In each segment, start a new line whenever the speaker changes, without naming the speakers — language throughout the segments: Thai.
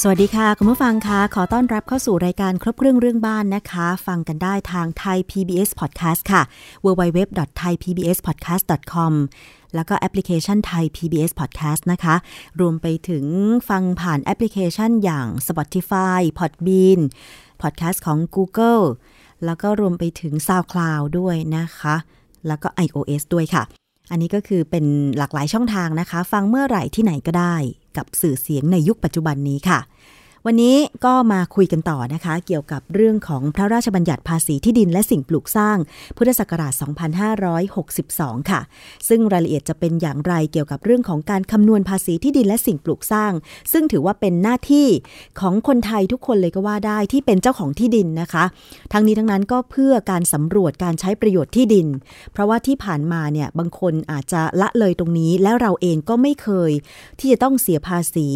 สวัสดีค่ะ คุณผู้ฟังคะขอต้อนรับเข้าสู่รายการครบเครื่องเรื่องบ้านนะคะ ฟังกันได้ทางไทย PBS Podcast ค่ะ www.thaipbspodcast.com แล้วก็แอปพลิเคชันไทย PBS Podcast นะคะ รวมไปถึงฟังผ่านแอปพลิเคชันอย่าง Spotify Podbean Podcast ของ Google แล้วก็รวมไปถึง SoundCloud ด้วยนะคะ แล้วก็ iOS ด้วยค่ะ อันนี้ก็คือเป็นหลากหลายช่องทางนะคะ ฟังเมื่อไหร่ที่ไหนก็ได้ กับสื่อเสียงในยุคปัจจุบันนี้ค่ะ วันนี้ก็มาคุยกันต่อนะคะ เกี่ยวกับเรื่องของพระราชบัญญัติภาษีที่ดินและสิ่งปลูกสร้าง พุทธศักราช 2562 ค่ะ ซึ่งรายละเอียดจะเป็นอย่างไรเกี่ยวกับเรื่องของการคำนวณภาษีที่ดินและสิ่งปลูกสร้าง ซึ่งถือว่าเป็นหน้าที่ของคนไทยทุกคนเลยก็ว่าได้ที่เป็นเจ้าของที่ดินนะคะ ทั้งนี้ทั้งนั้นก็เพื่อการสำรวจการใช้ประโยชน์ที่ดิน เพราะว่าที่ผ่านมาเนี่ยบางคนอาจจะละเลยตรงนี้ แล้วเราเองก็ไม่เคย ที่จะต้องเสียภาษี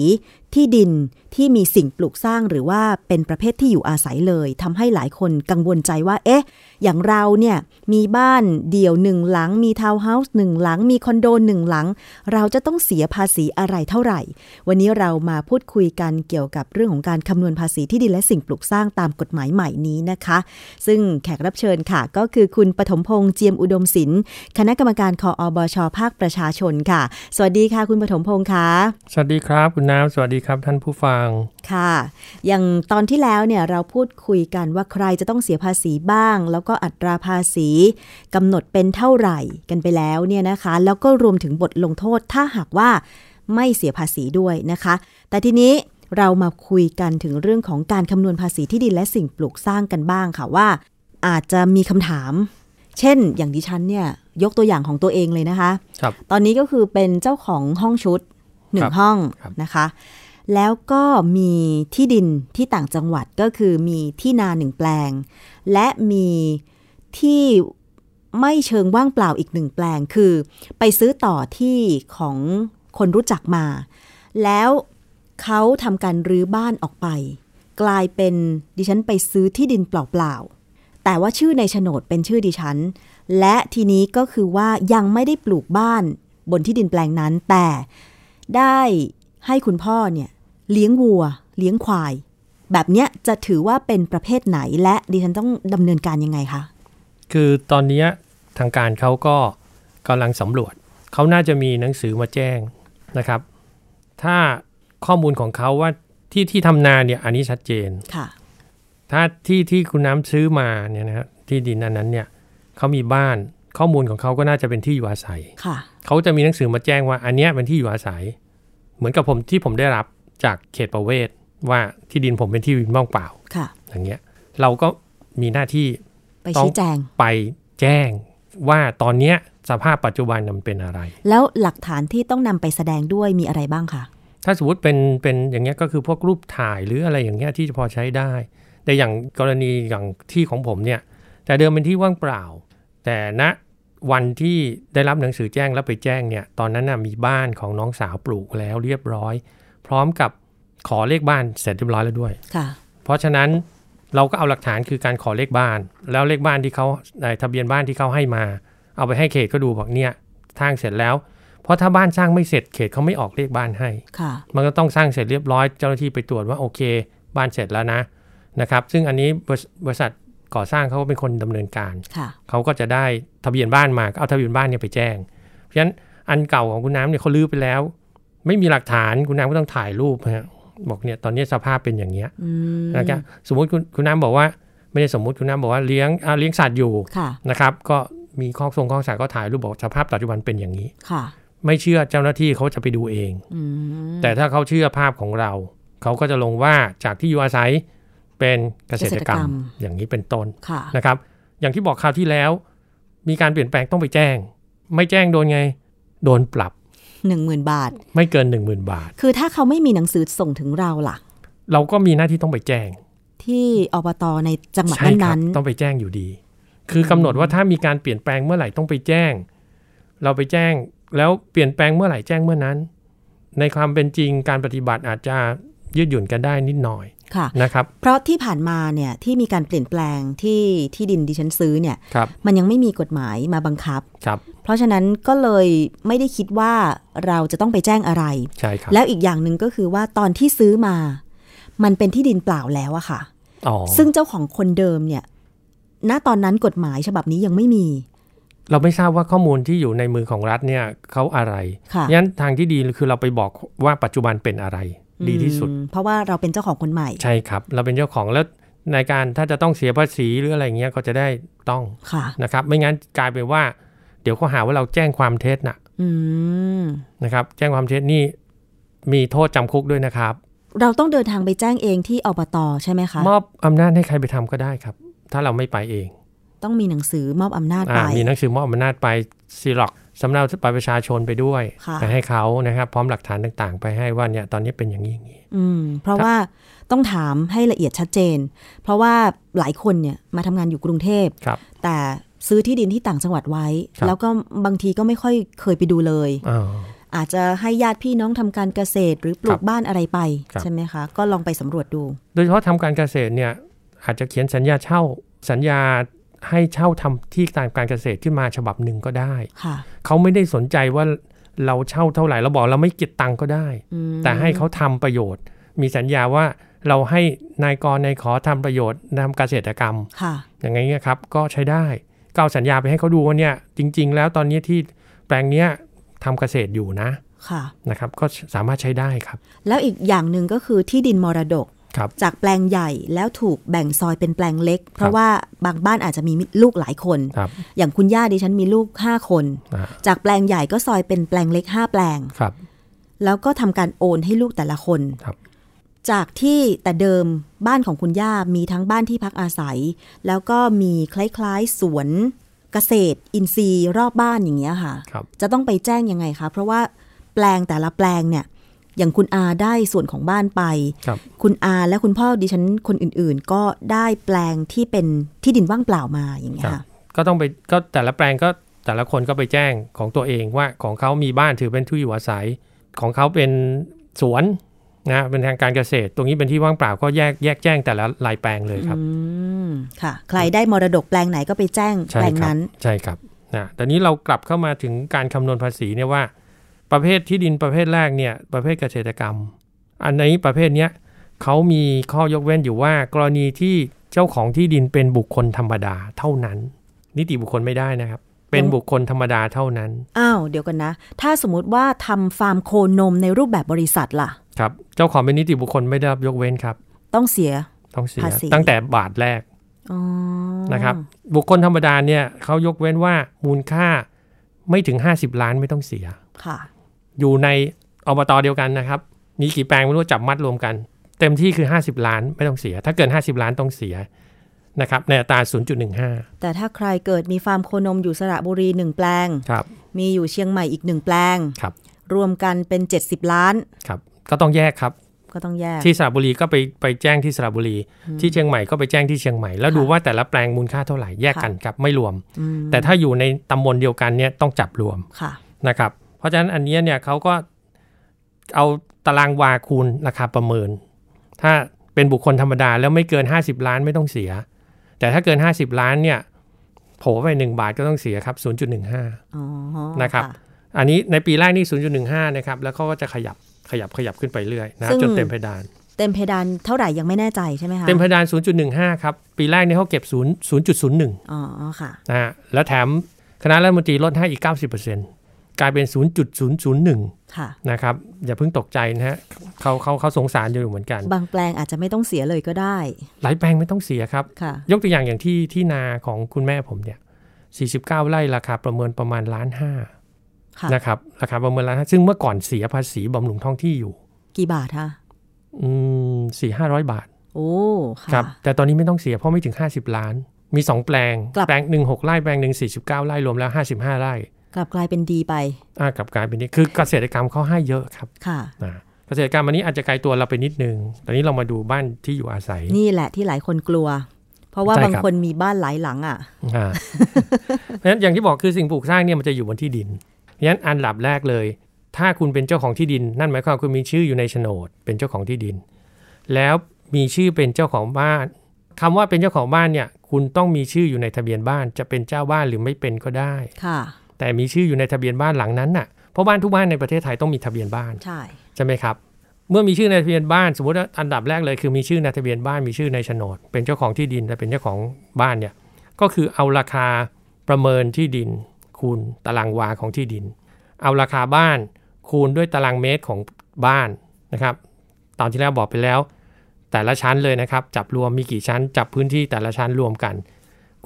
ที่ดินที่มีสิ่งปลูกสร้างหรือว่าเป็นประเภทที่อยู่อาศัยเลยทำให้หลายคนกังวลใจว่า เอ๊ะ อย่างเราเนี่ยมีบ้านเดี่ยวหนึ่งหลัง มีทาวน์เฮาส์หนึ่งหลัง มีคอนโดหนึ่งหลัง เราจะต้องเสียภาษีอะไรเท่าไหร่ วันนี้เรามาพูดคุยกันเกี่ยวกับเรื่องของการคำนวณภาษีที่ดินและสิ่งปลูกสร้างตามกฎหมายใหม่นี้นะคะ ซึ่งแขกรับเชิญค่ะ ก็คือคุณปฐมพงษ์เจียมอุดมศิลป์คณะกรรมการคออบชภาคประชาชนค่ะ สวัสดีค่ะ คุณปฐมพงษ์ค่ะ
สวัสดีครับคุณน้ำสวัสดีครับท่านผู้ฟัง
ค่ะ อย่างตอนที่แล้วเนี่ยเราพูดคุยกันว่าใครจะต้องเสียภาษีบ้าง แล้วก็อัตราภาษีกำหนดเป็นเท่าไหร่กันไปแล้วเนี่ยนะคะ แล้วก็รวมถึงบทลงโทษถ้าหากว่าไม่เสียภาษีด้วยนะคะ แต่ทีนี้เรามาคุยกันถึงเรื่องของการคำนวณภาษีที่ดินและสิ่งปลูกสร้างกันบ้างค่ะว่า อาจจะมีคำถาม เช่น อย่างดิฉันเนี่ยยกตัวอย่างของตัวเองเลยนะคะ
ครับ
ตอนนี้ก็คือเป็นเจ้าของห้องชุดหนึ่
ครั
ง
บ
ห้อง
ครับ
นะคะ แล้วก็มีที่ดินที่ต่างจังหวัดก็คือมีที่นาหนึ่งแปลง และมีที่ไม่เชิงว่างเปล่าอีกหนึ่งแปลงคือ ไปซื้อต่อที่ของคนรู้จักมา แล้วเขาทำการรื้อบ้านออกไป กลายเป็นดิฉันไปซื้อที่ดินเปล่าๆ แต่ว่าชื่อในโฉนดเป็นชื่อดิฉัน และทีนี้ก็คือว่ายังไม่ได้ปลูกบ้านบนที่ดินแปลงนั้น แต่ได้ให้คุณพ่อเนี่ยเลี้ยงวัว เลี้ยงควาย แบบเนี้ยจะถือว่าเป็นประเภทไหนและดิฉันต้องดำเนินการยังไงคะ
คือตอนเนี้ยทางการเขาก็กำลังสำรวจ เขาน่าจะมีหนังสือมาแจ้งนะครับ ถ้าข้อมูลของเขาว่าที่ที่ทำนาเนี่ยอันนี้ชัดเจน
ค่ะ
ถ้าที่ที่คุณน้ำซื้อมาเนี่ยนะฮะที่ดินอันนั้นเนี่ยเขามีบ้านข้อมูลของเขาก็น่าจะเป็นที่อยู่อาศัย
ค่ะ
เขาจะมีหนังสือมาแจ้งว่าอันเนี้ยเป็นที่อยู่อาศัย เหมือนกับผมที่ผมได้รับจากเขตประเวศว่าที่ดินผมเป็นที่ดินว่างเปล่า
ค่ะ
อย่างเงี้ยเราก็มีหน้าที่
ไปชี้แจง
ไปแจ้งว่าตอนเนี้ยสภาพปัจจุบันน่ะมันเป็นอะไร
แล้วหลักฐานที่ต้องนำไปแสดงด้วยมีอะไรบ้างคะ
ถ้าสมมติเป็นเป็นอย่างเงี้ยก็คือพวกรูปถ่ายหรืออะไรอย่างเงี้ยที่จะพอใช้ได้ แต่อย่างกรณีอย่างที่ของผมเนี่ย แต่เดิมเป็นที่ว่างเปล่า แต่ณวันที่ได้รับหนังสือแจ้งแล้วไปแจ้งเนี่ย ตอนนั้นน่ะมีบ้านของน้องสาวปลูกแล้วเรียบร้อย พร้อมกับขอเลขบ้านเสร็จเรียบร้อยแล้วด้วย
ค่ะ
เพราะฉะนั้นเราก็เอาหลักฐานคือการขอเลขบ้าน แล้วเลขบ้านที่เขาในทะเบียนบ้านที่เขาให้มา เอาไปให้เขตก็ดูบอกเนี่ยสร้างเสร็จแล้ว เพราะถ้าบ้านสร้างไม่เสร็จเขตเขาไม่ออกเลขบ้านให้
ค่ะ
มันก็ต้องสร้างเสร็จเรียบร้อยเจ้าหน้าที่ไปตรวจว่าโอเค บ้านเสร็จแล้วนะนะครับ ซึ่งอันนี้บริษัทบริษัทก่อสร้างเขาก็เป็นคนดำเนินการ
ค่ะ
เขาก็จะได้ทะเบียนบ้านมาก็เอาทะเบียนบ้านเนี่ยไปแจ้ง เพราะฉะนั้นอันเก่าของคุณน้ำเนี่ยเขาลือไปแล้ว ไม่มีหลักฐานคุณน้ำก็ต้องถ่ายรูปฮะบอกเนี่ยตอนนี้สภาพเป็นอย่างเงี้ย
อืม
นะครับสมมติคุณคุณน้ำบอกว่าไม่ได้สมมติคุณน้ำบอกว่าเลี้ยงอ่าเลี้ยงสัตว์อยู่
ค่ะ
นะครับ ก็มีข้อทรงข้อสัตว์ก็ถ่ายรูปบอกสภาพปัจจุบันเป็นอย่างนี้
ค่ะ
ไม่เชื่อเจ้าหน้าที่เขาจะไปดูเอง
อืม
แต่ถ้าเขาเชื่อภาพของเรา เขาก็จะลงว่าจากที่อยู่อาศัยเป็นเกษตรกรรม อย่างนี้เป็นต้น
ค่ะ
นะครับอย่างที่บอกคราวที่แล้ว มีการเปลี่ยนแปลงต้องไปแจ้ง ไม่แจ้งโดนไง โดนปรับ
หนึ่งหมื่นบาท
ไม่เกิน 10,000 บาท
คือถ้าเขาไม่มีหนังสือส่งถึงเราล่ะ
เราก็มีหน้าที่ต้องไปแจ้ง
ที่อบตในจังหวัด
ใช่ครั
นั้นๆ
ต้องไปแจ้งอยู่ดี คือกำหนดว่าถ้ามีการเปลี่ยนแปลงเมื่อไหร่ต้องไปแจ้ง เราไปแจ้ง แล้วเปลี่ยนแปลงเมื่อไหร่แจ้งเมื่อนั้น ในความเป็นจริงการปฏิบัติอาจจะ ยืดหยุ่นกันได้นิดหน่อย
ค่ะ
นะครับ
เพราะที่ผ่านมาเนี่ยที่มีการเปลี่ยนแปลงที่ที่ดินดิฉันซื้อเนี่ย
ครับ
มันยังไม่มีกฎหมายมาบังคับ
ครับ
เพราะฉะนั้นก็เลยไม่ได้คิดว่าเราจะต้องไปแจ้งอะไร
ใช่ครับ
แล้วอีกอย่างหนึ่งก็คือว่าตอนที่ซื้อมา มันเป็นที่ดินเปล่าแล้วอะค่ะ
อ๋อ
ซึ่งเจ้าของคนเดิมเนี่ย ณตอนนั้นกฎหมายฉบับนี้ยังไม่มี
เราไม่ทราบว่าข้อมูลที่อยู่ในมือของรัฐเนี่ยเขาอะไร
ค่ะ
งั้นทางที่ดีคือเราไปบอกว่าปัจจุบันเป็นอะไร ดีที่สุด
อืมเพราะว่าเราเป็นเจ้าของคนใหม่
ใช่ครับ เราเป็นเจ้าของแล้วในการถ้าจะต้องเสียภาษีหรืออะไรเงี้ยก็จะได้ต้อง
ค่ะ
นะครับ ไม่งั้นกลายเป็นว่า เดี๋ยวเขาหาว่าเราแจ้งความเท็จน่ะ
อืม
นะครับ แจ้งความเท็จนี่มีโทษจำคุกด้วยนะครับ
เราต้องเดินทางไปแจ้งเองที่อบตใช่ไหมคะ
มอบอำนาจให้ใครไปทำก็ได้ครับ ถ้าเราไม่ไปเอง
ต้องมีหนังสือมอบอำนาจ
อ่า
ไป
มีหนังสือมอบอำนาจไปซีล็อกสำเนาบัตรประชาชนไปด้วย
ค่ะ
ไปให้เขานะครับ พร้อมหลักฐานต่างๆ ไปให้ว่าเนี่ยตอนนี้เป็นอย่างนี้อย่างนี้
อืมเพราะ
ครับ
ว่าต้องถามให้ละเอียดชัดเจน เพราะว่าหลายคนเนี่ยมาทำงานอยู่กรุงเทพ
ครับ
แต่ซื้อที่ดินที่ต่างจังหวัดไว้
ครับ
แล้วก็บางทีก็ไม่ค่อยเคยไปดูเลย
อ่า
อาจจะให้ญาติพี่น้องทำการเกษตรหรือปลู
ครั
ก
บ
บ้านอะไรไป
ครับ
ใช่ไหมคะ ก็ลองไปสำรวจดู
โดยเฉพาะทำการเกษตรเนี่ยอาจจะเขียนสัญญาเช่า สัญญาให้เช่าทำที่ทางการเกษตรขึ้นมาฉบับหนึ่งก็ได้
ค่ะ
เขาไม่ได้สนใจว่าเราเช่าเท่าไหร่เราบอกเราไม่เก็บตังค์ก็ได้
อืม
แต่ให้เขาทำประโยชน์ มีสัญญาว่าเราให้นายกรนายขอทำประโยชน์ทำเกษตรกรรม
ค่ะ
อย่างนี้ยครับก็ใช้ได้ก็เอาสัญญาไปให้เขาดูว่าเนี่ยจริง ๆ แล้วตอนนี้ที่แปลงเนี้ยทำเกษตรอยู่นะ
ค่ะ
นะครับ ก็สามารถใช้ได้ครับ
แล้วอีกอย่างหนึ่งก็คือที่ดินมรดก
ครับ
จากแปลงใหญ่แล้วถูกแบ่งซอยเป็นแปลงเล็ก เพ
ครั
ราะ
บ
ว่าบางบ้านอาจจะมีลูกหลายคน
ครับ
อย่างคุณย่าดิฉันมีลูก 5 คน
อ่า
จากแปลงใหญ่ก็ซอยเป็นแปลงเล็ก 5 แปลง
ครับ
แล้วก็ทำการโอนให้ลูกแต่ละคน
ครับ
จากที่แต่เดิมบ้านของคุณย่ามีทั้งบ้านที่พักอาศัย แล้วก็มีคล้ายๆสวนเกษตร อินทรีย์รอบบ้านอย่างเงี้ยค่ะ
ครับ
จะต้องไปแจ้งยังไงคะ เพราะว่าแปลงแต่ละแปลงเนี่ย อย่างคุณอาได้ส่วนของบ้านไป
ครับ
คุณอาและคุณพ่อดิฉันคนอื่นๆ ก็ได้แปลงที่เป็นที่ดินว่างเปล่ามาอย่างเงี้ย
ครั
ค่ะ
บ ก็ต้องไปก็แต่ละแปลงก็แต่ละคนก็ไปแจ้งของตัวเองว่าของเขามีบ้านถือเป็นที่อยู่อาศัย ของเขาเป็นสวนนะเป็นทางการเกษตร ตรงนี้เป็นที่ว่างเปล่าก็แยกแยกแจ้งแต่ละรายแปลงเลยครับ
อืม ค่ะ ใครได้มรดกแปลงไหนก็ไปแจ้ง
ใช่
แปลง
ครั
นั้น
ใช่ครับนะแต่นี้เรากลับเข้ามาถึงการคำนวณภาษีเนี่ยว่า ประเภทที่ดินประเภทแรกเนี่ยประเภทเกษตรกรรม อันนี้ประเภทเนี้ยเขามีข้อยกเว้นอยู่ว่า กรณีที่เจ้าของที่ดินเป็นบุคคลธรรมดาเท่านั้น นิติบุคคลไม่ได้นะครับ เป็นบุคคลธรรมดาเท่านั้น
อ้าว เดี๋ยวกันนะ ถ้าสมมติว่าทำฟาร์มโคนมในรูปแบบบริษัทล่ะ
ครับ เจ้าของเป็นนิติบุคคลไม่ได้รับยกเว้นครับ
ต้องเสีย
ต้องเสีย
ภาษี
ตั้งแต่บาทแรก
อ๋อ
นะครับ บุคคลธรรมดาเนี่ยเขายกเว้นว่ามูลค่าไม่ถึง 50 ล้านไม่ต้องเสีย
ค่ะ
อยู่ในอบตเดียวกันนะครับ มีกี่แปลงไม่รู้จับมัดรวมกัน เต็มที่คือ 50 ล้านไม่ต้องเสีย ถ้าเกิน 50 ล้านต้องเสียนะครับในอัตรา 0.15
แต่ถ้าใครเกิดมีฟาร์มโคนมอยู่สระบุรีหนึ่งแปลง
ครับ
มีอยู่เชียงใหม่อีกหนึ่งแปลง
ครับ
รวมกันเป็น 70 ล้าน
ครับ ก็ต้องแยกครับ
ก็ต้องแยก
ที่สระบุรีก็ไปไปแจ้งที่สระบุรี ที่เชียงใหม่ก็ไปแจ้งที่เชียงใหม่ แล้วดูว่าแต่ละแปลงมูลค่าเท่าไหร่แยกกันครับไม่รวม
อืม
แต่ถ้าอยู่ในตำบลเดียวกันเนี่ยต้องจับรวม
ค่ะ
นะครับ เพราะฉะนั้นอันเนี้ยเนี่ยเขาก็เอาตารางวาคูณราคาประเมิน ถ้าเป็นบุคคลธรรมดาแล้วไม่เกิน 50 ล้านไม่ต้องเสีย แต่ถ้าเกิน 50 ล้านเนี่ยโผล่ไป 1 บาทก็ต้องเสียครับ 0.15
อ๋อ
นะครับ อันนี้ในปีแรกนี่ 0.15 นะครับ แล้วเขาก็จะขยับขยับขยับขึ้นไปเรื่อยนะจนเต็มเพดาน
เต็มเพดานเท่าไหร่ยังไม่แน่ใจใช่ไหมคะ
เต็มเพดาน 0.15 ครับ ปีแรกเนี่ยเขาเก็บ 0 0.01
อ๋อค่ะ
นะฮะแล้วแถมคณะรัฐมนตรีลดให้อีก 90%กลายเป็น 0.001
ค่ะ
นะครับอย่าเพิ่งตกใจนะฮะเขาเขาเขาสงสารอยู่เหมือนกัน
บางแปลงอาจจะไม่ต้องเสียเลยก็ได้
หลายแปลงไม่ต้องเสียครับ
ค่ะ
ยกตัวอย่างอย่างที่ที่นาของคุณแม่ผมเนี่ย 49 ไร่ราคาประเมินประมาณล้านห้า
ค่ะ
นะครับราคาประเมินล้านห้าซึ่งเมื่อก่อนเสียภาษีบำรุงท้องที่อยู่
กี่บาทคะ
อืมสี่ห้าร้อยบาท
โอ้ค่ะ
ครับแต่ตอนนี้ไม่ต้องเสียเพราะไม่ถึง 50 ล้าน มี 2 แปลง
กลับ
แปลงหนึ่งหกไร่แปลงหนึ่ง49 ไร่รวมแล้ว 55 ไร่
กลับกลายเป็นดีไป
อ่ากลับกลายเป็นนี้คือเกษตรกรรมเขาให้เยอะครับ
ค่ะ
นะเกษตรกรรมอันนี้อาจจะไกลตัวเราไปนิดนึงตอนนี้เรามาดูบ้านที่อยู่อาศัย
นี่แหละที่หลายคนกลัว เพราะว่า
ใช่ครั
า
บบ
งคนมีบ้านหลายหลังอ่ะ
อ่า เพราะฉะนั้นอย่างที่บอกคือสิ่งปลูกสร้างเนี่ยมันจะอยู่บนที่ดินเพราะฉะนั้นอันดับแรกเลย ถ้าคุณเป็นเจ้าของที่ดิน นั่นหมายความว่าคุณมีชื่ออยู่ในโฉนด เป็นเจ้าของที่ดิน แล้วมีชื่อเป็นเจ้าของบ้านคำว่าเป็นเจ้าของบ้านเนี่ย คุณต้องมีชื่ออยู่ในทะเบียนบ้าน จะเป็นเจ้าบ้านหรือไม่เป็นก็ได้
ค่ะ
แต่มีชื่ออยู่ในทะเบียนบ้านหลังนั้นน่ะเพราะบ้านทุกบ้านในประเทศไทยต้องมีทะเบียนบ้าน
ใช่
ใช่ไหมครับ เมื่อมีชื่อในทะเบียนบ้าน สมมติว่าอันดับแรกเลยคือมีชื่อในทะเบียนบ้านมีชื่อในโฉนด เป็นเจ้าของที่ดินและเป็นเจ้าของบ้านเนี่ยก็คือเอาราคาประเมินที่ดิน คูณตารางวาของที่ดิน เอาราคาบ้านคูณด้วยตารางเมตรของบ้านนะครับตอนที่แล้วบอกไปแล้ว แต่ละชั้นเลยนะครับ จับรวมมีกี่ชั้น จับพื้นที่แต่ละชั้นรวมกัน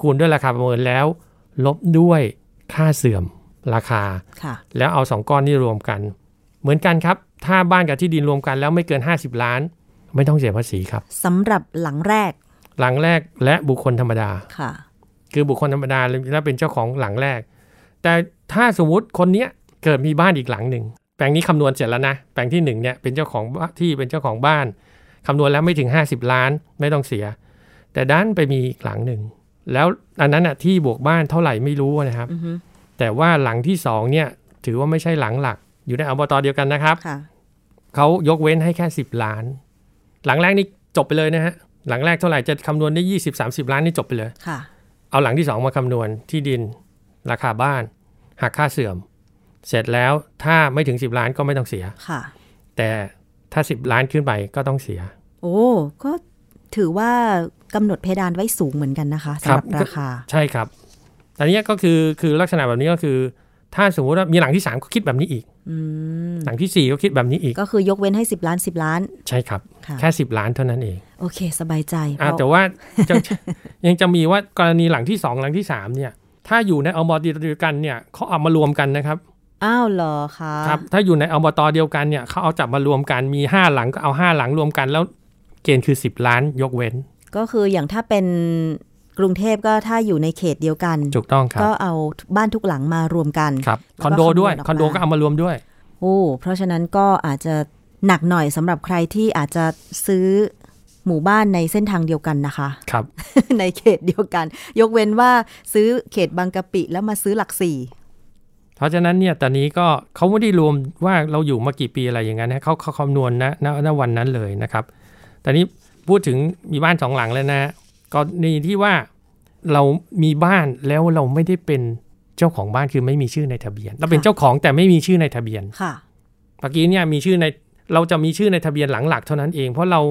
คูณด้วยราคาประเมินแล้ว ลบด้วยค่าเสื่อมราคา
ค่ะ
แล้วเอาสองก้อนนี่รวมกัน เหมือนกันครับ ถ้าบ้านกับที่ดินรวมกันแล้วไม่เกิน 50 ล้าน ไม่ต้องเสียภาษีครับ
สำหรับหลังแรก
หลังแรกและบุคคลธรรมดา
ค่ะ
คือบุคคลธรรมดาและเป็นเจ้าของหลังแรก แต่ถ้าสมมติคนเนี้ยเกิดมีบ้านอีกหลังหนึ่งแปลงนี้คำนวณเสร็จแล้วนะ แปลงที่หนึ่งเนี่ยเป็นเจ้าของบ้านที่เป็นเจ้าของบ้านคำนวณแล้วไม่ถึง 50 ล้านไม่ต้องเสีย แต่ด้านไปมีอีกหลังหนึ่งแล้วอันนั้นอ่ะที่บวกบ้านเท่าไหร่ไม่รู้นะครับ
อือฮึ
แต่ว่าหลังที่สองเนี่ยถือว่าไม่ใช่หลังหลัก อยู่ในอบตเดียวกันนะครับ
ค่ะ
เขายกเว้นให้แค่ 10 ล้าน หลังแรกนี่จบไปเลยนะฮะ หลังแรกเท่าไหร่จะคำนวณได้ 20 30 ล้านนี่จบไปเลย
ค่ะ
เอาหลังที่ 2 มาคำนวณที่ดิน ราคาบ้านหักค่าเสื่อม เสร็จแล้วถ้าไม่ถึง 10 ล้านก็ไม่ต้องเสีย
ค่ะ
แต่ถ้า 10 ล้านขึ้นไปก็ต้องเสีย
โอ้ ก็ถือว่ากำหนดเพดานไว้สูงเหมือนกันนะคะสำหรับ
ครับ
ราคา
ใช่ครับอันนี้ก็คือคือลักษณะแบบนี้ก็คือ ถ้าสมมุติว่ามีหลังที่ 3 ก็คิดแบบนี้อีก
อืม
หลังทีสี่4 ก็คิดแบบนี้อีก
ก็คือยกเว้นให้ 10 ล้าน 10 ล้าน
ใช่ครับ
ค่ะ
แค่ 10 ล้านเท่านั้นเอง
โอเค สบายใจ
อ่า
เพ
แต่
ราะ
ว่าจะ ยังจะมีว่ากรณีหลังที่ 2 หลังที่ 3 เนี่ย ถ้าอยู่ในอบตเดียวกันเนี่ยเขาเอามารวมกันนะครับ
อ้าวเหรอคะ
ครับถ้าอยู่ในอบตเดียวกันเนี่ยเขาเอาจับมารวมกันมี 5 หลังก็เอา 5 หลังรวมกันแล้วเกณฑ์คือ 10 ล้านยกเว้น
ก็คืออย่างถ้าเป็นกรุงเทพก็ถ้าอยู่ในเขตเดียวกัน
ถูกต้องครับ
ก็เอาบ้านทุกหลังมารวมกัน
ครับ
แล้วก็
คอนโดด้วย
คำนวณออกมา
คอนโดก็เอามารวมด้วย
โอ้ เพราะฉะนั้นก็อาจจะหนักหน่อยสำหรับใครที่อาจจะซื้อหมู่บ้านในเส้นทางเดียวกันนะคะ
ครับ
ในเขตเดียวกัน ยกเว้นว่าซื้อเขตบางกะปิแล้วมาซื้อหลักสี่
เพราะฉะนั้นเนี่ยตอนนี้ก็เขาไม่ได้รวมว่าเราอยู่มากี่ปีอะไรอย่างนั้นนะเขาเขาคำนวณนะณณวันนั้นเลยนะครับตอนนี้พูดถึงมีบ้านสองหลังแล้วนะกรณีที่ว่าเรามีบ้านแล้วเราไม่ได้เป็นเจ้าของบ้านคือไม่มีชื่อในทะเบียน เราเป็น
ค่ะ
เจ้าของแต่ไม่มีชื่อในทะเบียน
ค่ะ
เมื่อกี้เนี่ยมีชื่อในเราจะมีชื่อในทะเบียนหลังหลักเท่านั้นเอง เพราะเรา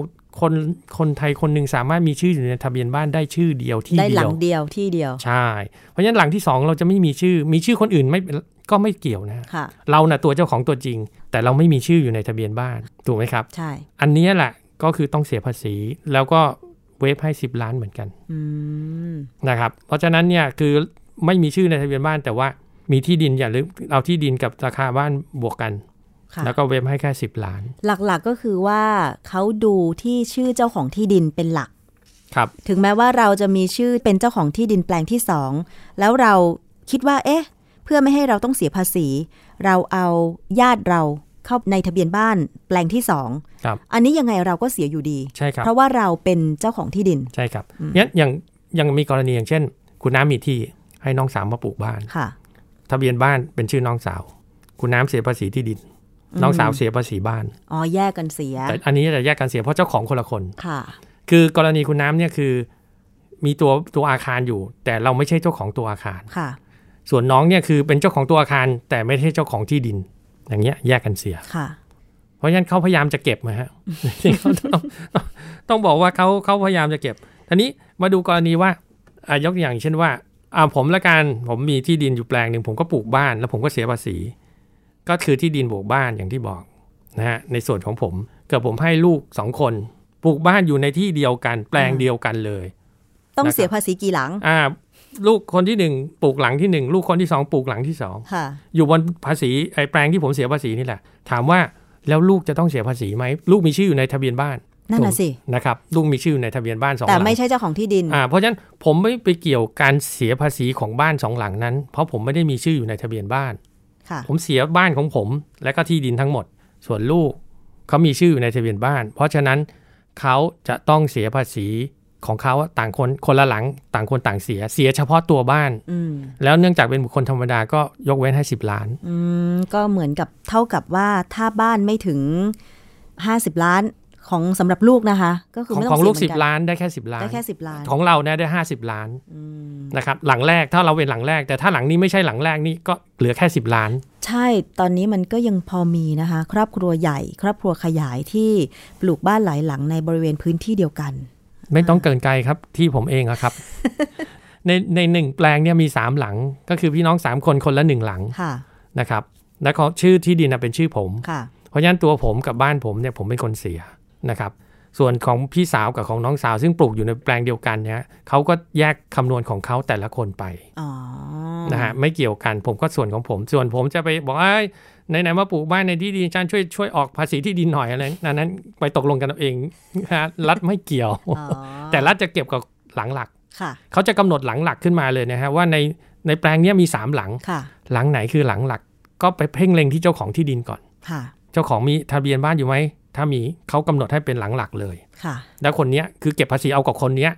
คนคนไทยคนหนึ่งสามารถมีชื่ออยู่ในทะเบียนบ้านได้ชื่อเดียวที่
ได้
เดี
หลั
ยว
งเดียวที่เดียว
ใช่ เพราะฉะนั้นหลังที่สองเราจะไม่มีชื่อ มีชื่อคนอื่นไม่ก็ไม่เกี่ยวนะ
ค่ะ
เราน่ะตัวเจ้าของตัวจริง แต่เราไม่มีชื่ออยู่ในทะเบียนบ้านถูกไหมครับ
ใช่
อันเนี้ยแหละก็คือต้องเสียภาษี แล้วก็เวฟให้ 10 ล้านเหมือนกัน
อืม
นะครับเพราะฉะนั้นเนี่ยคือไม่มีชื่อในทะเบียนบ้าน แต่ว่ามีที่ดินอย่าลืมเอาที่ดินกับราคาบ้านบวกกัน
ค่ะ
แล้วก็เวฟให้แค่ 10 ล้าน
หลักๆก็คือว่าเขาดูที่ชื่อเจ้าของที่ดินเป็นหลัก
ครับ
ถึงแม้ว่าเราจะมีชื่อเป็นเจ้าของที่ดินแปลงที่สองแล้วเราคิดว่า เอ๊ะ เพื่อไม่ให้เราต้องเสียภาษี เราเอาญาติเราเข้าในทะเบียนบ้านแปลงที่สอง
ครับ
อันนี้ยังไงเราก็เสียอยู่ดี
ใช่ครับ
เพราะว่าเราเป็นเจ้าของที่ดิน
ใช่ครับงั้นอย่างยังมีกรณีอย่างเช่น คุณน้ำมีที่ให้น้องสาวมาปลูกบ้าน
ค่ะ
ทะเบียนบ้านเป็นชื่อน้องสาว คุณน้ำเสียภาษีที่ดิน น้องสาวเสียภาษีบ้าน
อ๋อแยกกันเสีย
แต่อันนี้จะแยกกันเสียเพราะเจ้าของคนละคน
ค่ะ
คือกรณีคุณน้ำเนี่ยคือมีตัวตัวอาคารอยู่ แต่เราไม่ใช่เจ้าของตัวอาคาร
ค่ะ
ส่วนน้องเนี่ยคือเป็นเจ้าของตัวอาคาร แต่ไม่ใช่เจ้าของที่ดิน อย่างเงี้ยแยกกันเสีย
ค่ะ
เพราะฉะนั้นเขาพยายามจะเก็บนะฮ ะ ต้องต้องต้องบอกว่าเขาเขาพยายามจะเก็บทีนี้มาดูกรณีว่าอ่ะยกตัวอย่างเช่นว่าอ่าผมละกันผมมีที่ดินอยู่แปลงหนึ่งผมก็ปลูกบ้าน แล้วผมก็เสียภาษี ก็คือที่ดินบวกบ้านอย่างที่บอกนะฮะในส่วนของผมเกิดผมให้ลูกสองคนปลูกบ้านอยู่ในที่เดียวกัน แปลงเดียวกันเลย
ต้อง
นะครับ
เสียภาษีกี่หลัง
อ่าลูกคนที่หนึ่งปลูกหลังที่หนึ่งลูกคนที่สองปลูกหลังที่สอง
ค่ะ
อยู่บนภาษีไอ้แปลงที่ผมเสียภาษีนี่แหละ ถามว่าแล้วลูกจะต้องเสียภาษีไหมลูกมีชื่ออยู่ในทะเบียนบ้าน
นั่นน่ะสิ
นะครับลูกมีชื่ออยู่ในทะเบียนบ้านสองห
แต่
ลัง
ไม่ใช่เจ้าของที่ดิน
อ่าเพราะฉะนั้นผมไม่ไปเกี่ยวการเสียภาษีของบ้านสองหลังนั้น เพราะผมไม่ได้มีชื่ออยู่ในทะเบียนบ้าน
ค่ะ
ผมเสียบ้านของผม และก็ที่ดินทั้งหมด ส่วนลูกเขามีชื่ออยู่ในทะเบียนบ้าน เพราะฉะนั้นเขาจะต้องเสียภาษีของเขาต่างคนคนละหลังต่างคนต่างเสียเสียเฉพาะตัวบ้าน
อืม
แล้วเนื่องจากเป็นบุคคลธรรมดาก็ยกเว้นให้ 10 ล้าน
อืม ก็เหมือนกับเท่ากับว่าถ้าบ้านไม่ถึง 50 ล้าน ของสำหรับลูกนะคะ ก็คือ
ของ
ไม่ต้
ข
อ
อง งลูก
เยเหมือน
10 ล้านได้แค่ 10 ล้าน
ได้แค่สิบล้าน
ของเราเนี่ยได้ 50 ล้าน
อืม
นะครับหลังแรกถ้าเราเป็นหลังแรก แต่ถ้าหลังนี้ไม่ใช่หลังแรกนี่ก็เหลือแค่ 10 ล้าน
ใช่ตอนนี้มันก็ยังพอมีนะคะ ครอบครัวใหญ่ ครอบครัวขยายที่ปลูกบ้านหลายหลังในบริเวณพื้นที่เดียวกัน
ไม่ต้องเกินไกลครับที่ผมเองอะ ครับ ในในหนึ่งแปลงเนี่ยมีสามหลัง ก็คือพี่น้องสามคนคนละหนึ่งหลัง
ค่ะ
นะครับแล้วก็ชื่อที่ดินนะเป็นชื่อผม
ค่ะ
เพราะฉะนั้นตัวผมกับบ้านผมเนี่ยผมเป็นคนเสียนะครับ ส่วนของพี่สาวกับของน้องสาว ซึ่งปลูกอยู่ในแปลงเดียวกันเนี่ยเขาก็แยกคำนวณของเขาแต่ละคนไป
อ๋อ
นะฮะไม่เกี่ยวกันผมก็ส่วนของผม ส่วนผมจะไปบอกว่าไหนๆมาปลูกบ้านในที่ดินฉันช่วยช่วยออกภาษีที่ดินหน่อยอะไรนั้นนั้นไปตกลงกันเอาเองนะฮะรัฐไม่เกี่ยว
อ๋อ
แต่รัฐจะเก็บกับหลังหลัก
ค่ะ
เขาจะกำหนดหลังหลักขึ้นมาเลยนะฮะว่าในในแปลงเนี้ยมี 3 หลัง
ค่ะ
หลังไหนคือหลังหลัก ก็ไปเพ่งเล็งที่เจ้าของที่ดินก่อน
ค่ะ
เจ้าของมีทะเบียนบ้านอยู่ไหมถ้ามีเขากำหนดให้เป็นหลังหลักเลย
ค่ะ
แล้วคนเนี้ยคือเก็บภาษีเอากับคนเนี้ย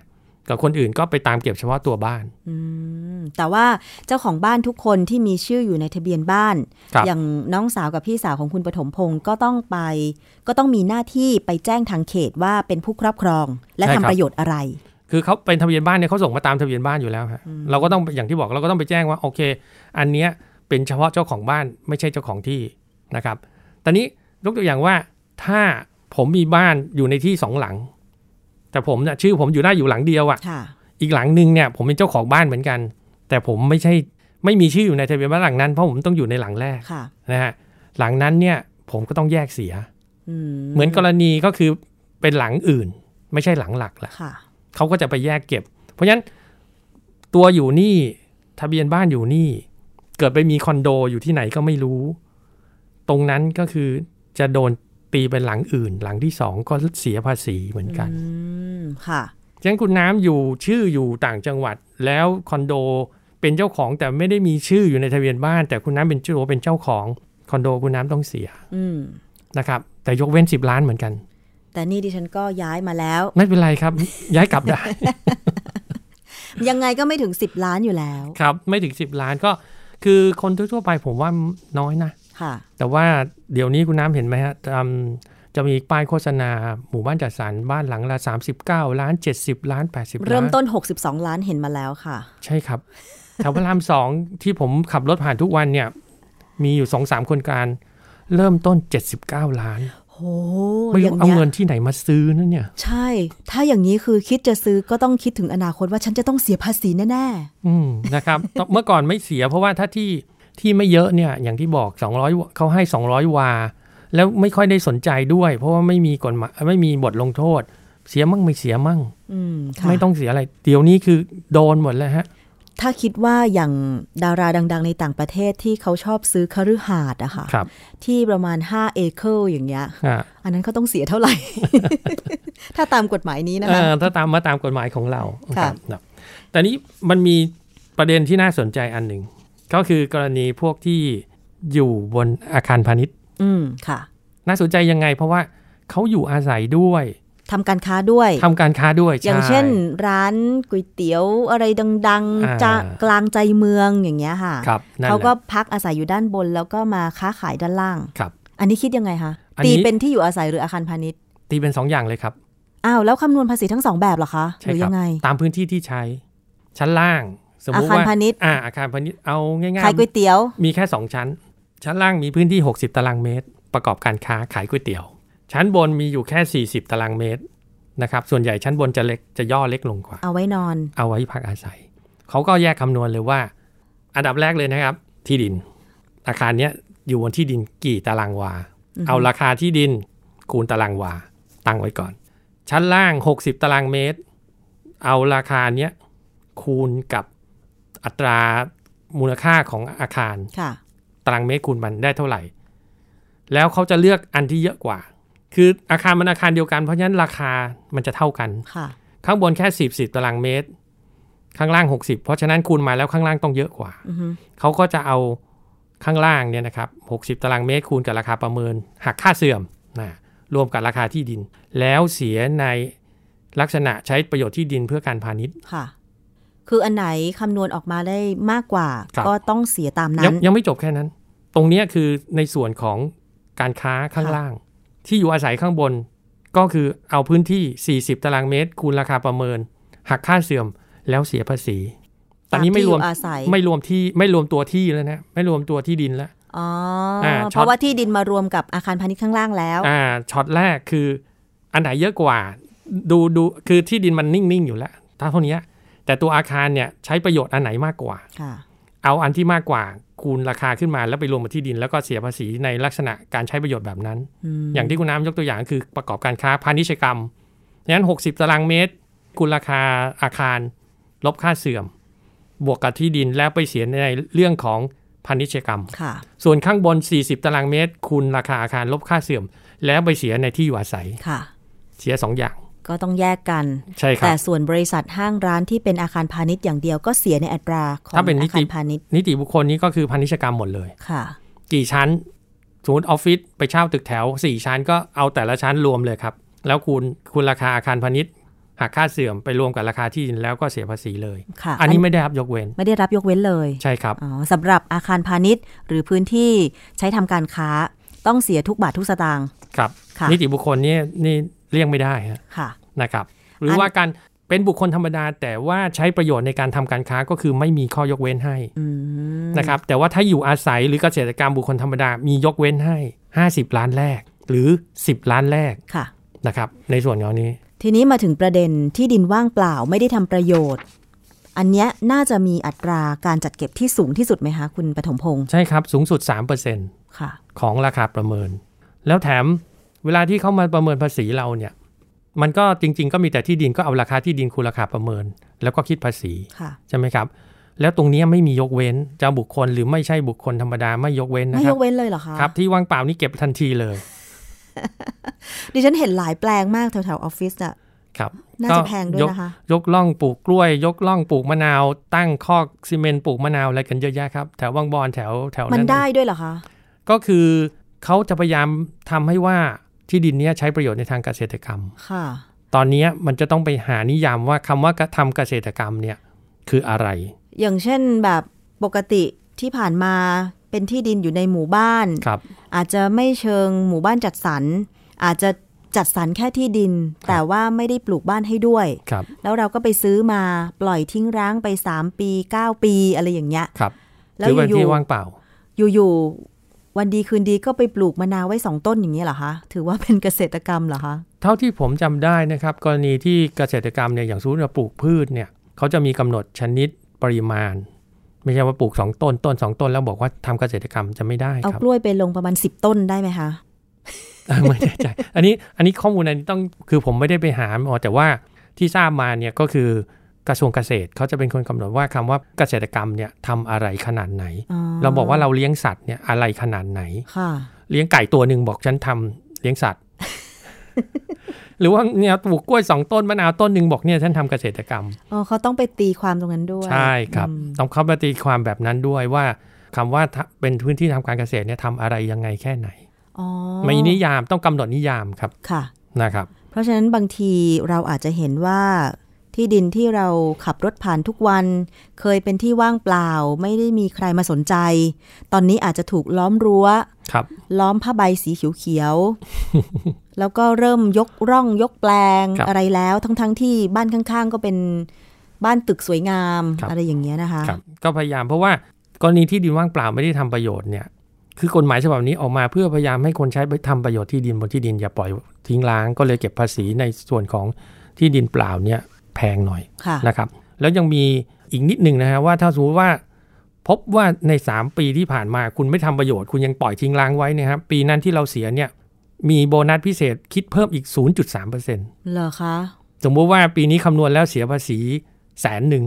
กับคนอื่นก็ไปตามเก็บเฉพาะตัวบ้าน
อืมแต่ว่าเจ้าของบ้านทุกคนที่มีชื่ออยู่ในทะเบียนบ้าน
ครับ
อย่างน้องสาวกับพี่สาวของคุณปฐมพงศ์ก็ต้องไป ก็ต้องมีหน้าที่ไปแจ้งทางเขตว่าเป็นผู้ครอบครอง และทำประโยชน์อะไร
คือเขาเป็นทะเบียนบ้านเนี่ยเขาส่งมาตามทะเบียนบ้านอยู่แล้วฮะเราก็ต้องอย่างที่บอกเราก็ต้องไปแจ้งว่าโอเค อันเนี้ยเป็นเฉพาะเจ้าของบ้านไม่ใช่เจ้าของที่นะครับ ตอนนี้ยกตัวอย่างว่าถ้าผมมีบ้านอยู่ในที่สองหลัง แต่ผมเนี่ยชื่อผมอยู่ได้อยู่หลังเดียวอะ
ค่ะ
อีกหลังหนึ่งเนี่ยผมเป็นเจ้าของบ้านเหมือนกัน แต่ผมไม่ใช่ไม่มีชื่ออยู่ในทะเบียนบ้านหลังนั้นเพราะผมต้องอยู่ในหลังแรก
ค่ะ
นะฮะหลังนั้นเนี่ยผมก็ต้องแยกเสีย
อื
เหมือนกรณีก็คือเป็นหลังอื่น ไม่ใช่หลังหลักละ
ค่ะ
เขาก็จะไปแยกเก็บ เพราะฉะนั้นตัวอยู่นี่ทะเบียนบ้านอยู่นี่ เกิดไปมีคอนโดอยู่ที่ไหนก็ไม่รู้ ตรงนั้นก็คือจะโดนตีเป็นหลังอื่น หลังที่สองก็เสียภาษีเหมือนกัน
อืม ค่ะ
ฉะนั้นคุณน้ำอยู่ชื่ออยู่ต่างจังหวัดแล้วคอนโดเป็นเจ้าของแต่ไม่ได้มีชื่ออยู่ในทะเบียนบ้าน แต่คุณน้ำเป็นเจ้าเป็นเจ้าของคอนโดคุณน้ำต้องเสีย
อืม
นะครับแต่ยกเว้น 10 ล้านเหมือนกัน
แต่นี่ดิฉันก็ย้ายมาแล้ว
ไม่เป็นไรครับ ย้ายกลับได้
ยังไงก็ไม่ถึง 10 ล้านอยู่แล้ว
ครับไม่ถึง 10 ล้านก็คือคนทั่วๆไปผมว่าน้อยนะ
ค่ะ
แต่ว่าเดี๋ยวนี้คุณน้ำเห็นไหมฮะตามจะมีป้ายโฆษณาหมู่บ้านจัดสรรบ้านหลังละ39 ล้าน 70 ล้าน 80ล้าน
เริ่มต้น 62 ล้านเห็นมาแล้วค่ะ
ใช่ครับ แถวพระรามสองที่ผมขับรถผ่านทุกวันเนี่ย มีอยู่สองสามคนการ เริ่มต้น 79 ล้าน
โห
ไม่
อย่า
รู้
ง
เอา
เงี้
เงิ
ย
นที่ไหนมาซื้อนั่นเนี่ย
ใช่ ถ้าอย่างนี้คือคิดจะซื้อก็ต้องคิดถึงอนาคตว่าฉันจะต้องเสียภาษีแน่
อืมนะครับ ต้องเมื่อก่อนไม่เสียเพราะว่าถ้าที่ที่ไม่เยอะเนี่ย อย่างที่บอก 200เขาให้ 200 วา แล้วไม่ค่อยได้สนใจด้วย เพราะว่าไม่มีกฎหมายไม่มีบทลงโทษ เสียมั่งไม่เสียมั่ง
ๆ อืม ค่ะ
ไม่ต้องเสียอะไร เดี๋ยวนี้คือโดนหมดแล้วฮะ
ถ้าคิดว่าอย่างดาราดัง ๆ ในต่างประเทศที่เขาชอบซื้อคฤหาสน์อะค่ะ
ครับ
ที่ประมาณ 5 เอเคอร์อย่างเงี้ย
อ่า
อันนั้นเขาต้องเสียเท่าไหร่ ถ้าตามกฎหมายนี้นะคะ
เออถ้าตามมาตามกฎหมายของเรา
ค่ะ
ครับแต่นี้มันมีประเด็นที่น่าสนใจอันหนึ่ง ก็คือกรณีพวกที่อยู่บนอาคารพาณิชย์
อืม ค่ะ
น่าสนใจยังไง เพราะว่าเขาอยู่อาศัยด้วย
ทำการค้าด้วย
ทำการค้าด้วย
อย่าง
ใ
เช่น ร้านก๋วยเตี๋ยวอะไรดัง
อ่า
ๆจะกลางใจเมืองอย่างเงี้ยค่ะ
ครับนั่น
เขา
แห
ก็
ละ
พักอาศัยอยู่ด้านบนแล้วก็มาค้าขายด้านล่าง
ครับ
อันนี้คิดยังไงคะ
อันนี้
ตีเป็นที่อยู่อาศัยหรืออาคารพาณิชย์
ตีเป็นสองอย่างเลยครับ
อ้าวแล้วคำนวณภาษีทั้งสองแบบเหรอคะห
ใช่
รือ
ครั
ยังไง
ตามพื้นที่ที่ใช้ ชั้นล่าง สมมุ
อา
ติ
คาร
ว่า
พาณิชย์
อ่าอาคารพาณิชย์เอาง่าย
ขายก๋วยเตี๋ยว
ๆ มีแค่สองชั้น ชั้นล่างมีพื้นที่ 60 ตารางเมตร ประกอบการค้าขายก๋วยเตี๋ยว ชั้นบนมีอยู่แค่ 40 ตารางเมตรนะครับส่วนใหญ่ชั้นบนจะเล็กจะย่อเล็กลงกว่า
เอาไว้นอน
เอาไว้พักอาศัย เขาก็แยกคำนวณเลยว่า อันดับแรกเลยนะครับ ที่ดิน อาคารเนี้ยอยู่บนที่ดินกี่ตารางวา เอาราคาที่ดินคูณตารางวา ตั้งไว้ก่อน ชั้นล่าง 60 ตารางเมตร เอาราคาเนี้ยคูณกับอัตรามูลค่าของอาคาร
ค่ะ
ตารางเมตรคูณมันได้เท่าไหร่ แล้วเขาจะเลือกอันที่เยอะกว่า คืออาคารมันอาคารเดียวกันเพราะฉะนั้นราคามันจะเท่ากัน
ค่ะ
ข้างบนแค่สิบสิบตารางเมตร ข้างล่างหกสิบเพราะฉะนั้นคูณมาแล้วข้างล่างต้องเยอะกว่า
อือฮึ
เขาก็จะเอาข้างล่างเนี่ยนะครับหกสิบตารางเมตรคูณกับราคาประเมิน หักค่าเสื่อมนะรวมกับราคาที่ดิน แล้วเสียในลักษณะใช้ประโยชน์ที่ดินเพื่อการพาณิชย์
ค่ะ คืออันไหนคำนวณออกมาได้มากกว่า
ครับ
ก็ต้องเสียตามนั้
ยัง
น
ยังไม่จบแค่นั้น ตรงเนี้ยคือในส่วนของการค้าข้างล่าง ที่อยู่อาศัยข้างบน ก็คือเอาพื้นที่ 40 ตารางเมตร คูณราคาประเมิน หักค่าเสื่อมแล้วเสียภาษีแต่นี้ไม่รวม
ตาที่อยู่อาศัย
ไม่รวมที่ไม่รวมตัวที่แล้วนะไม่รวมตัวที่ดินแล้ว
อ๋ออา
ช็
เพ
อต
ราะว่าที่ดินมารวมกับอาคารพาณิชย์ข้างล่างแล้ว
อ่าช็อตแรกคืออันไหนเยอะกว่า ดูดูคือที่ดินมันนิ่ง ๆ อยู่แล้วถ้าเท่านี้แต่ตัวอาคารเนี่ยใช้ประโยชน์อันไหนมากกว่า
ค่ะ
เอาอันที่มากกว่าคูณราคาขึ้นมาแล้วไปรวมกับที่ดิน แล้วก็เสียภาษีในลักษณะการใช้ประโยชน์แบบนั้น
อืม
อย่างที่คุณน้ำยกตัวอย่างคือประกอบการค้าพาณิชยกรรมงั้น 60 ตารางเมตร คุณราคาอาคาร ลบค่าเสื่อม บวกกับที่ดินแล้วไปเสียในเรื่องของพาณิชยกรรม
ค่ะ
ส่วนข้างบน 40 ตารางเมตร คุณราคาอาคารลบค่าเสื่อม แล้วไปเสียในที่อยู่อาศัย
ค่ะ
เสีย 2 อย่าง
ก็ต้องแยกกัน
ใช่ครั
แต่
บ
ส่วนบริษัทห้างร้านที่เป็นอาคารพาณิชย์อย่างเดียวก็เสียในอัตราของ
ถ้าเป็นนิ
อา
ติ
คารพาณิชย์
นิติบุคคลนี้ก็คือพาณิชยกรรมหมดเลย
ค่ะ
กี่ชั้นสมมติออฟฟิศไปเช่าตึกแถว 4 ชั้นก็เอาแต่ละชั้นรวมเลยครับ แล้วคูณคุณราคาอาคารพาณิชย์หักค่าเสื่อมไปรวมกับราคาที่ดินแล้วก็เสียภาษีเลย
ค่ะ
อันนี้ไม่ได้รับยกเว้น
ไม่ได้รับยกเว้นเลย
ใช่ครับ
อ๋อสำหรับอาคารพาณิชย์ หรือพื้นที่ใช้ทำการค้า ต้องเสียทุกบาททุกสตางค์
ครับ
ค่ะ
นิติบุคคลนี่นี่เลี่ยงไม่ได้ฮะ
ค่ะ
นะครับ หรืออน ว่าการเป็นบุคคลธรรมดา แต่ว่าใช้ประโยชน์ในการทำการค้าก็คือไม่มีข้อยกเว้นให้
อืม
นะครับ แต่ว่าถ้าอยู่อาศัยหรือเกษตรกรรมบุคคลธรรมดามียกเว้นให้ 50 ล้านแรก หรือ 10 ล้านแรก
ค่ะ
นะครับ ในส่วนของนี้
ทีนี้มาถึงประเด็นที่ดินว่างเปล่าไม่ได้ทำประโยชน์ อันเนี้ยน่าจะมีอัตราการจัดเก็บที่สูงที่สุดไหมคะคุณปฐมพงศ์
ใช่ครับสูงสุด 3%
ค่ะ
ของราคาประเมิน แล้วแถมเวลาที่เขามาประเมินภาษีเราเนี่ย มันก็จริง ๆ ก็มีแต่ที่ดินก็เอาราคาที่ดินคูณราคาประเมิน แล้วก็คิดภาษี
ค่ะ
ใช่ไหมครับ แล้วตรงเนี้ยไม่มียกเว้นจะบุคคลหรือไม่ใช่บุคคลธรรมดาไม่ยกเว้นนะ
ไม่
ค
ย
รับ
กเว้นเลยเหรอคะ
ครับที่ว่างเปล่านี่เก็บทันทีเลย
ดิฉันเห็นหลายแปลงมากแถวๆออฟฟิศอะ
ครับ
น่า
ก็
จะแพงด้วย
ยก
นะคะ
ยกล่องปลูกกล้วย ยกล่องปลูกมะนาว ตั้งคอกซีเมนต์ปลูกมะนาวอะไรกันเยอะแยะครับแถววังบอนแถวแถว
มัน
นั้น
ได้ด้วยเหรอคะ
ก็คือเขาจะพยายามทำให้ว่าที่ดินเนี้ยใช้ประโยชน์ในทางเกษตรกรรม
ค่ะ
ตอนเนี้ยมันจะต้องไปหานิยามว่าคำว่ากระทำเกษตรกรรมเนี่ยคืออะไร
อย่างเช่นแบบปกติที่ผ่านมาเป็นที่ดินอยู่ในหมู่บ้าน
ครับ
อาจจะไม่เชิงหมู่บ้านจัดสรร อาจจะจัดสรรแค่ที่ดิน แต่ว่าไม่ได้ปลูกบ้านให้ด้วย
ครับ
แล้วเราก็ไปซื้อมาปล่อยทิ้งร้างไป 3 ปี 9 ปีอะไรอย่างเงี้ย
ครับ
แล้ว
ถือเป็น
อยู่
ที่ว่างเปล่า
อยู่ๆวันดีคืนดีก็ไปปลูกมะนาวไว้ 2 ต้นอย่างเงี้ยเหรอคะ ถือว่าเป็นเกษตรกรรมเหรอคะ
เท่าที่ผมจำได้นะครับ กรณีที่เกษตรกรรมเนี่ยอย่างสมมติเราปลูกพืชเนี่ยเขาจะมีกำหนดชนิดปริมาณ ไม่ใช่ว่าปลูก 2 ต้นต้น 2 ต้นแล้วบอกว่าทำเกษตรกรรมจะไม่ได้
เอา
ครับ
กล้วยไปลงประมาณ 10 ต้นได้ไหมคะ
ไม่แน่ใจอันนี้อันนี้ข้อมูลอันนี้ต้องคือผมไม่ได้ไปหามาแต่ว่าที่ทราบมาเนี่ยก็คือกระทรวงเกษตรเขาจะเป็นคนกำหนดว่าคำว่าเกษตรกรรมเนี่ยทำอะไรขนาดไหน
อ๋อ
เราบอกว่าเราเลี้ยงสัตว์เนี่ยอะไรขนาดไหน
ค่ะ
เลี้ยงไก่ตัวหนึ่งบอกฉันทำเลี้ยงสัตว์ หรือว่าเนี่ยปลูกกล้วยสองต้นมะนาวต้นหนึ่งบอกเนี่ยฉันทำเกษตรกรรม
อ๋อเขาต้องไปตีความตรงนั้นด้วย
ใช่ครับ
อืม
ต้องเข้ามาตีความแบบนั้นด้วยว่าคำว่าถ้าเป็นพื้นที่ทำการเกษตรเนี่ยทำอะไรยังไงแค่ไหน
อ๋อ
มีนิยามต้องกำหนดนิยามครับ
ค่ะ
นะครับ
เพราะฉะนั้นบางทีเราอาจจะเห็นว่าที่ดินที่เราขับรถผ่านทุกวัน เคยเป็นที่ว่างเปล่า ไม่ได้มีใครมาสนใจ ตอนนี้อาจจะถูกล้อมรั้ว
ครับ
ล้อมผ้าใบสีเขียวๆ แล้วก็เริ่มยกร่องยกแปลง
ครับ
อะไรแล้วทั้งๆที่บ้านข้างๆ ก็เป็นบ้านตึกสวยงาม
ครับ
อะไรอย่างเงี้ยนะคะ
ครับ ก็พยายามเพราะว่ากรณีที่ดินว่างเปล่าไม่ได้ทำประโยชน์เนี่ย คือกฎหมายฉบับนี้ออกมาเพื่อพยายามให้คนใช้ไปทำประโยชน์ที่ดินบนที่ดินอย่าปล่อยทิ้งร้างก็เลยเก็บภาษีในส่วนของที่ดินเปล่าเนี่ยแพงหน่อย
ค่ะ
นะครับ แล้วยังมีอีกนิดหนึ่งนะฮะว่าถ้าสมมติว่า พบว่าใน 3 ปีที่ผ่านมาคุณไม่ทำประโยชน์คุณยังปล่อยทิ้งร้างไว้เนะครับปีนั้นที่เราเสียเนี่ยมีโบนัสพิเศษคิดเพิ่มอีก 0.3%
เหรอคะ
สมมุติว่าปีนี้คำนวณแล้วเสียภาษีแสนหนึ่ง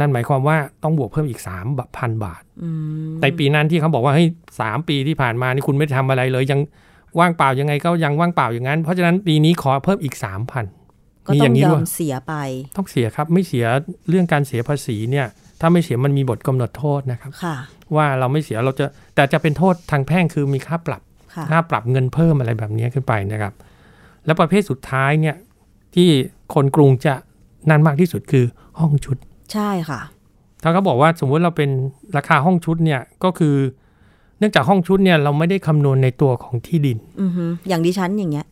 นั่นหมายความว่าต้องบวกเพิ่มอีก 3 0 0 0 บาท
อืม
ในปีนั้นที่เขาบอกว่าเฮ้ยสามปีที่ผ่านมานี่คุณไม่ทำอะไรเลย ยังว่างเปล่ายังไงก็ยังว่างเปล่าอย่างนั้น เพราะฉะนั้นปีนี้ขอเพิ่มอีก 3,000
ก็
มี
ต้อง
อย่างนี้
ยอ
ด้
ม
วย
เสียไป
ต้องเสียครับไม่เสียเรื่องการเสียภาษีเนี่ยถ้าไม่เสียมันมีบทกำหนดโทษนะครับ
ค่ะ
ว่าเราไม่เสียเราจะแต่จะเป็นโทษทางแพ่งคือมีค่าปรับ
ค่ะ
ค่าปรับเงินเพิ่มอะไรแบบนี้ขึ้นไปนะครับ แล้วประเภทสุดท้ายเนี่ยที่คนกรุงจะนั่นมากที่สุดคือห้องชุด
ใช่ค่ะ
ถ้าเขาบอกว่าสมมติเราเป็นราคาห้องชุดเนี่ยก็คือ เนื่องจากห้องชุดเนี่ยเราไม่ได้คำนวณในตัวของที่ดิน
อือหืออย่างดิฉันอย่างเงี้ย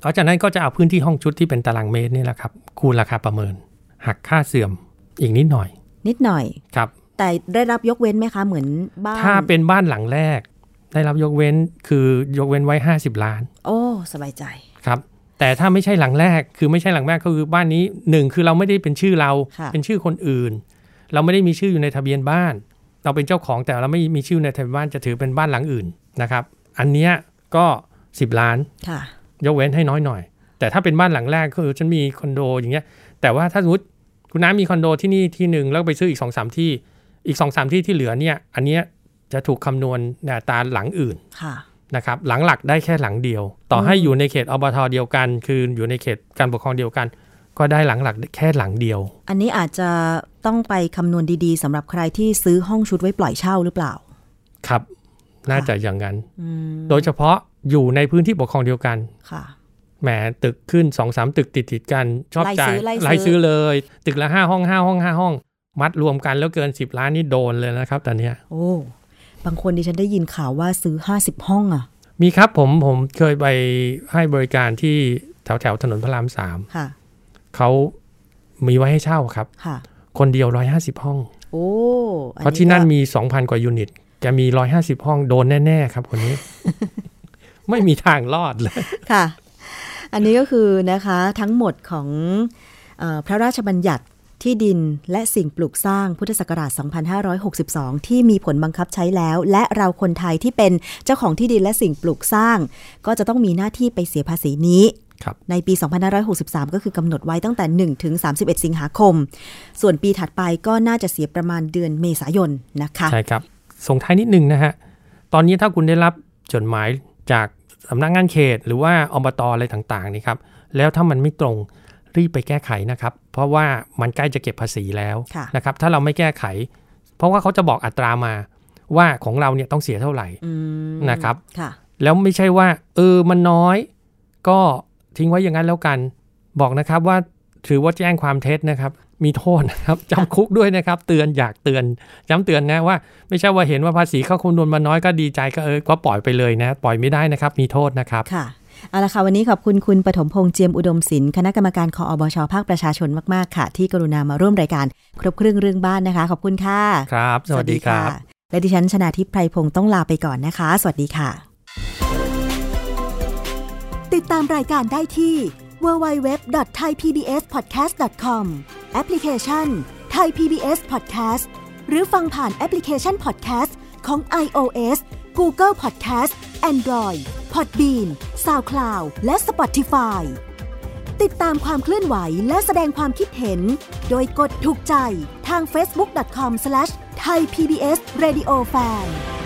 หลังจากนั้นก็จะเอาพื้นที่ห้องชุดที่เป็นตารางเมตรนี่แหละครับคูณราคาประเมิน หักค่าเสื่อมอีกนิดหน่อย
นิดหน่อย
ครับ
แต่ได้รับยกเว้นไหมคะ เหมือนบ้าน
ถ้าเป็นบ้านหลังแรก ได้รับยกเว้นคือยกเว้นไว้ 50 ล้าน
โอ้สบายใจ
ครับแต่ถ้าไม่ใช่หลังแรกคือไม่ใช่หลังแรกก็คือบ้านนี้หนึ่งคือเราไม่ได้เป็นชื่อเรา
ค่ะ
เป็นชื่อคนอื่น เราไม่ได้มีชื่ออยู่ในทะเบียนบ้าน เราเป็นเจ้าของแต่เราไม่มีชื่อในทะเบียนบ้านจะถือเป็นบ้านหลังอื่นนะครับ อันเนี้ยก็ 10 ล้าน
ค่ะ
ยกเว้นให้น้อยหน่อย แต่ถ้าเป็นบ้านหลังแรกคือฉันมีคอนโดอย่างเงี้ย แต่ว่าถ้าสมมติคุณน้ามีคอนโดที่นี่ที่หนึ่งแล้วไปซื้ออีกสองสามที่ อีกสองสามที่ที่เหลือเนี่ย อันเนี้ยจะถูกคำนวณในอัตราหลังอื่น
ค่ะ
นะครับ หลังหลักได้แค่หลังเดียว ต่อให้อยู่ในเขตอบทเดียวกัน คืออยู่ในเขตการปกครองเดียวกัน ก็ได้หลังหลักแค่หลังเดียว
อันนี้อาจจะต้องไปคำนวณดีๆสำหรับใครที่ซื้อห้องชุดไว้ปล่อยเช่าหรือเปล่า
ครับ น่าจะอย่างนั้น
อืม
โดยเฉพาะอยู่ในพื้นที่ปกครองเดียวกัน
ค่ะ
แหมตึกขึ้นสองสามตึกติดติดๆกัน ชอบ
ไล่
จ่า
ซื้
ย
อไล่ซื้อ
ซื้อเลย ตึกละห้าห้องห้าห้องห้าห้อง มัดรวมกันแล้วเกิน 10 ล้านนี่โดนเลยนะครับตอนเนี้ย
โอ้ บางคนดิฉันได้ยินข่าวว่าซื้อ 50 ห้องอะ
มีครับผมผมเคยไปให้บริการที่แถวแถวๆถนนพระรามสาม
ค่ะ
เขามีไว้ให้เช่าครับ
ค่ะ
คนเดียว 150 ห้อง
โอ้อั
เพราะที่นั่น
ก็
มี 2,000 กว่ายูนิตแกมี 150 ห้องโดนแน่ ๆ ครับคนนี้ ไม่มีทางรอดเลย
ค่ะ อันนี้ก็คือนะคะทั้งหมดของเออพระราชบัญญัติที่ดินและสิ่งปลูกสร้างพุทธศักราช 2562 ที่มีผลบังคับใช้แล้ว และเราคนไทยที่เป็นเจ้าของที่ดินและสิ่งปลูกสร้าง ก็จะต้องมีหน้าที่ไปเสียภาษีนี้
ครับ
ในปี 2563 ก็คือกำหนดไว้ตั้งแต่ 1 ถึง 31 สิงหาคม ส่วนปีถัดไปก็น่าจะเสียประมาณเดือนเมษายนนะคะ
ใช่ครับ ส่งท้ายนิดนึงนะฮะ ตอนนี้ถ้าคุณได้รับจดหมายจากสำนักงานเขต หรือว่าอบตอะไรต่างๆนี่ครับ แล้วถ้ามันไม่ตรงรีบไปแก้ไขนะครับ เพราะว่ามันใกล้จะเก็บภาษีแล้ว
ค่ะ
นะครับ ถ้าเราไม่แก้ไข เพราะว่าเขาจะบอกอัตรามาว่าของเราเนี่ยต้องเสียเท่าไหร่
อืม
นะครับ
ค่ะ
แล้วไม่ใช่ว่า เออมันน้อย ก็ทิ้งไว้อย่างนั้นแล้วกัน บอกนะครับว่าถือว่าแจ้งความเท็จนะครับ มีโทษนะครับ จำคุกด้วยนะครับ เตือนอยากเตือนย้ำเตือนนะว่า ไม่ใช่ว่าเห็นว่าภาษีเข้าคำนวณมาน้อยก็ดีใจก็เออก็ปล่อยไปเลยนะ ปล่อยไม่ได้นะครับ มีโทษนะครับ
ค่ะเอาละค่ะ วันนี้ขอบคุณคุณปฐมพงษ์เจียมอุดมศิลป์คณะกรรมการคออบชภาคประชาชนมาก ๆ ค่ะ ที่กรุณามาร่วมรายการ ครบเครื่องเรื่องบ้านนะคะ ขอบคุณค่ะ
ครับ สวัสดีครับ
ะและดิฉันชนาทิพไพรพงศ์ต้องลาไปก่อนนะคะ สวัสดีค่ะ
ติดตามรายการได้ที่ www.thaipbspodcast.com แอปพลิเคชัน Thai PBS Podcast หรือฟังผ่านแอปพลิเคชัน Podcast ของ iOS Google Podcast Android Podbean SoundCloud และ Spotify ติดตามความเคลื่อนไหวและแสดงความคิดเห็น โดยกดถูกใจทาง facebook.com/thaipbsradiofan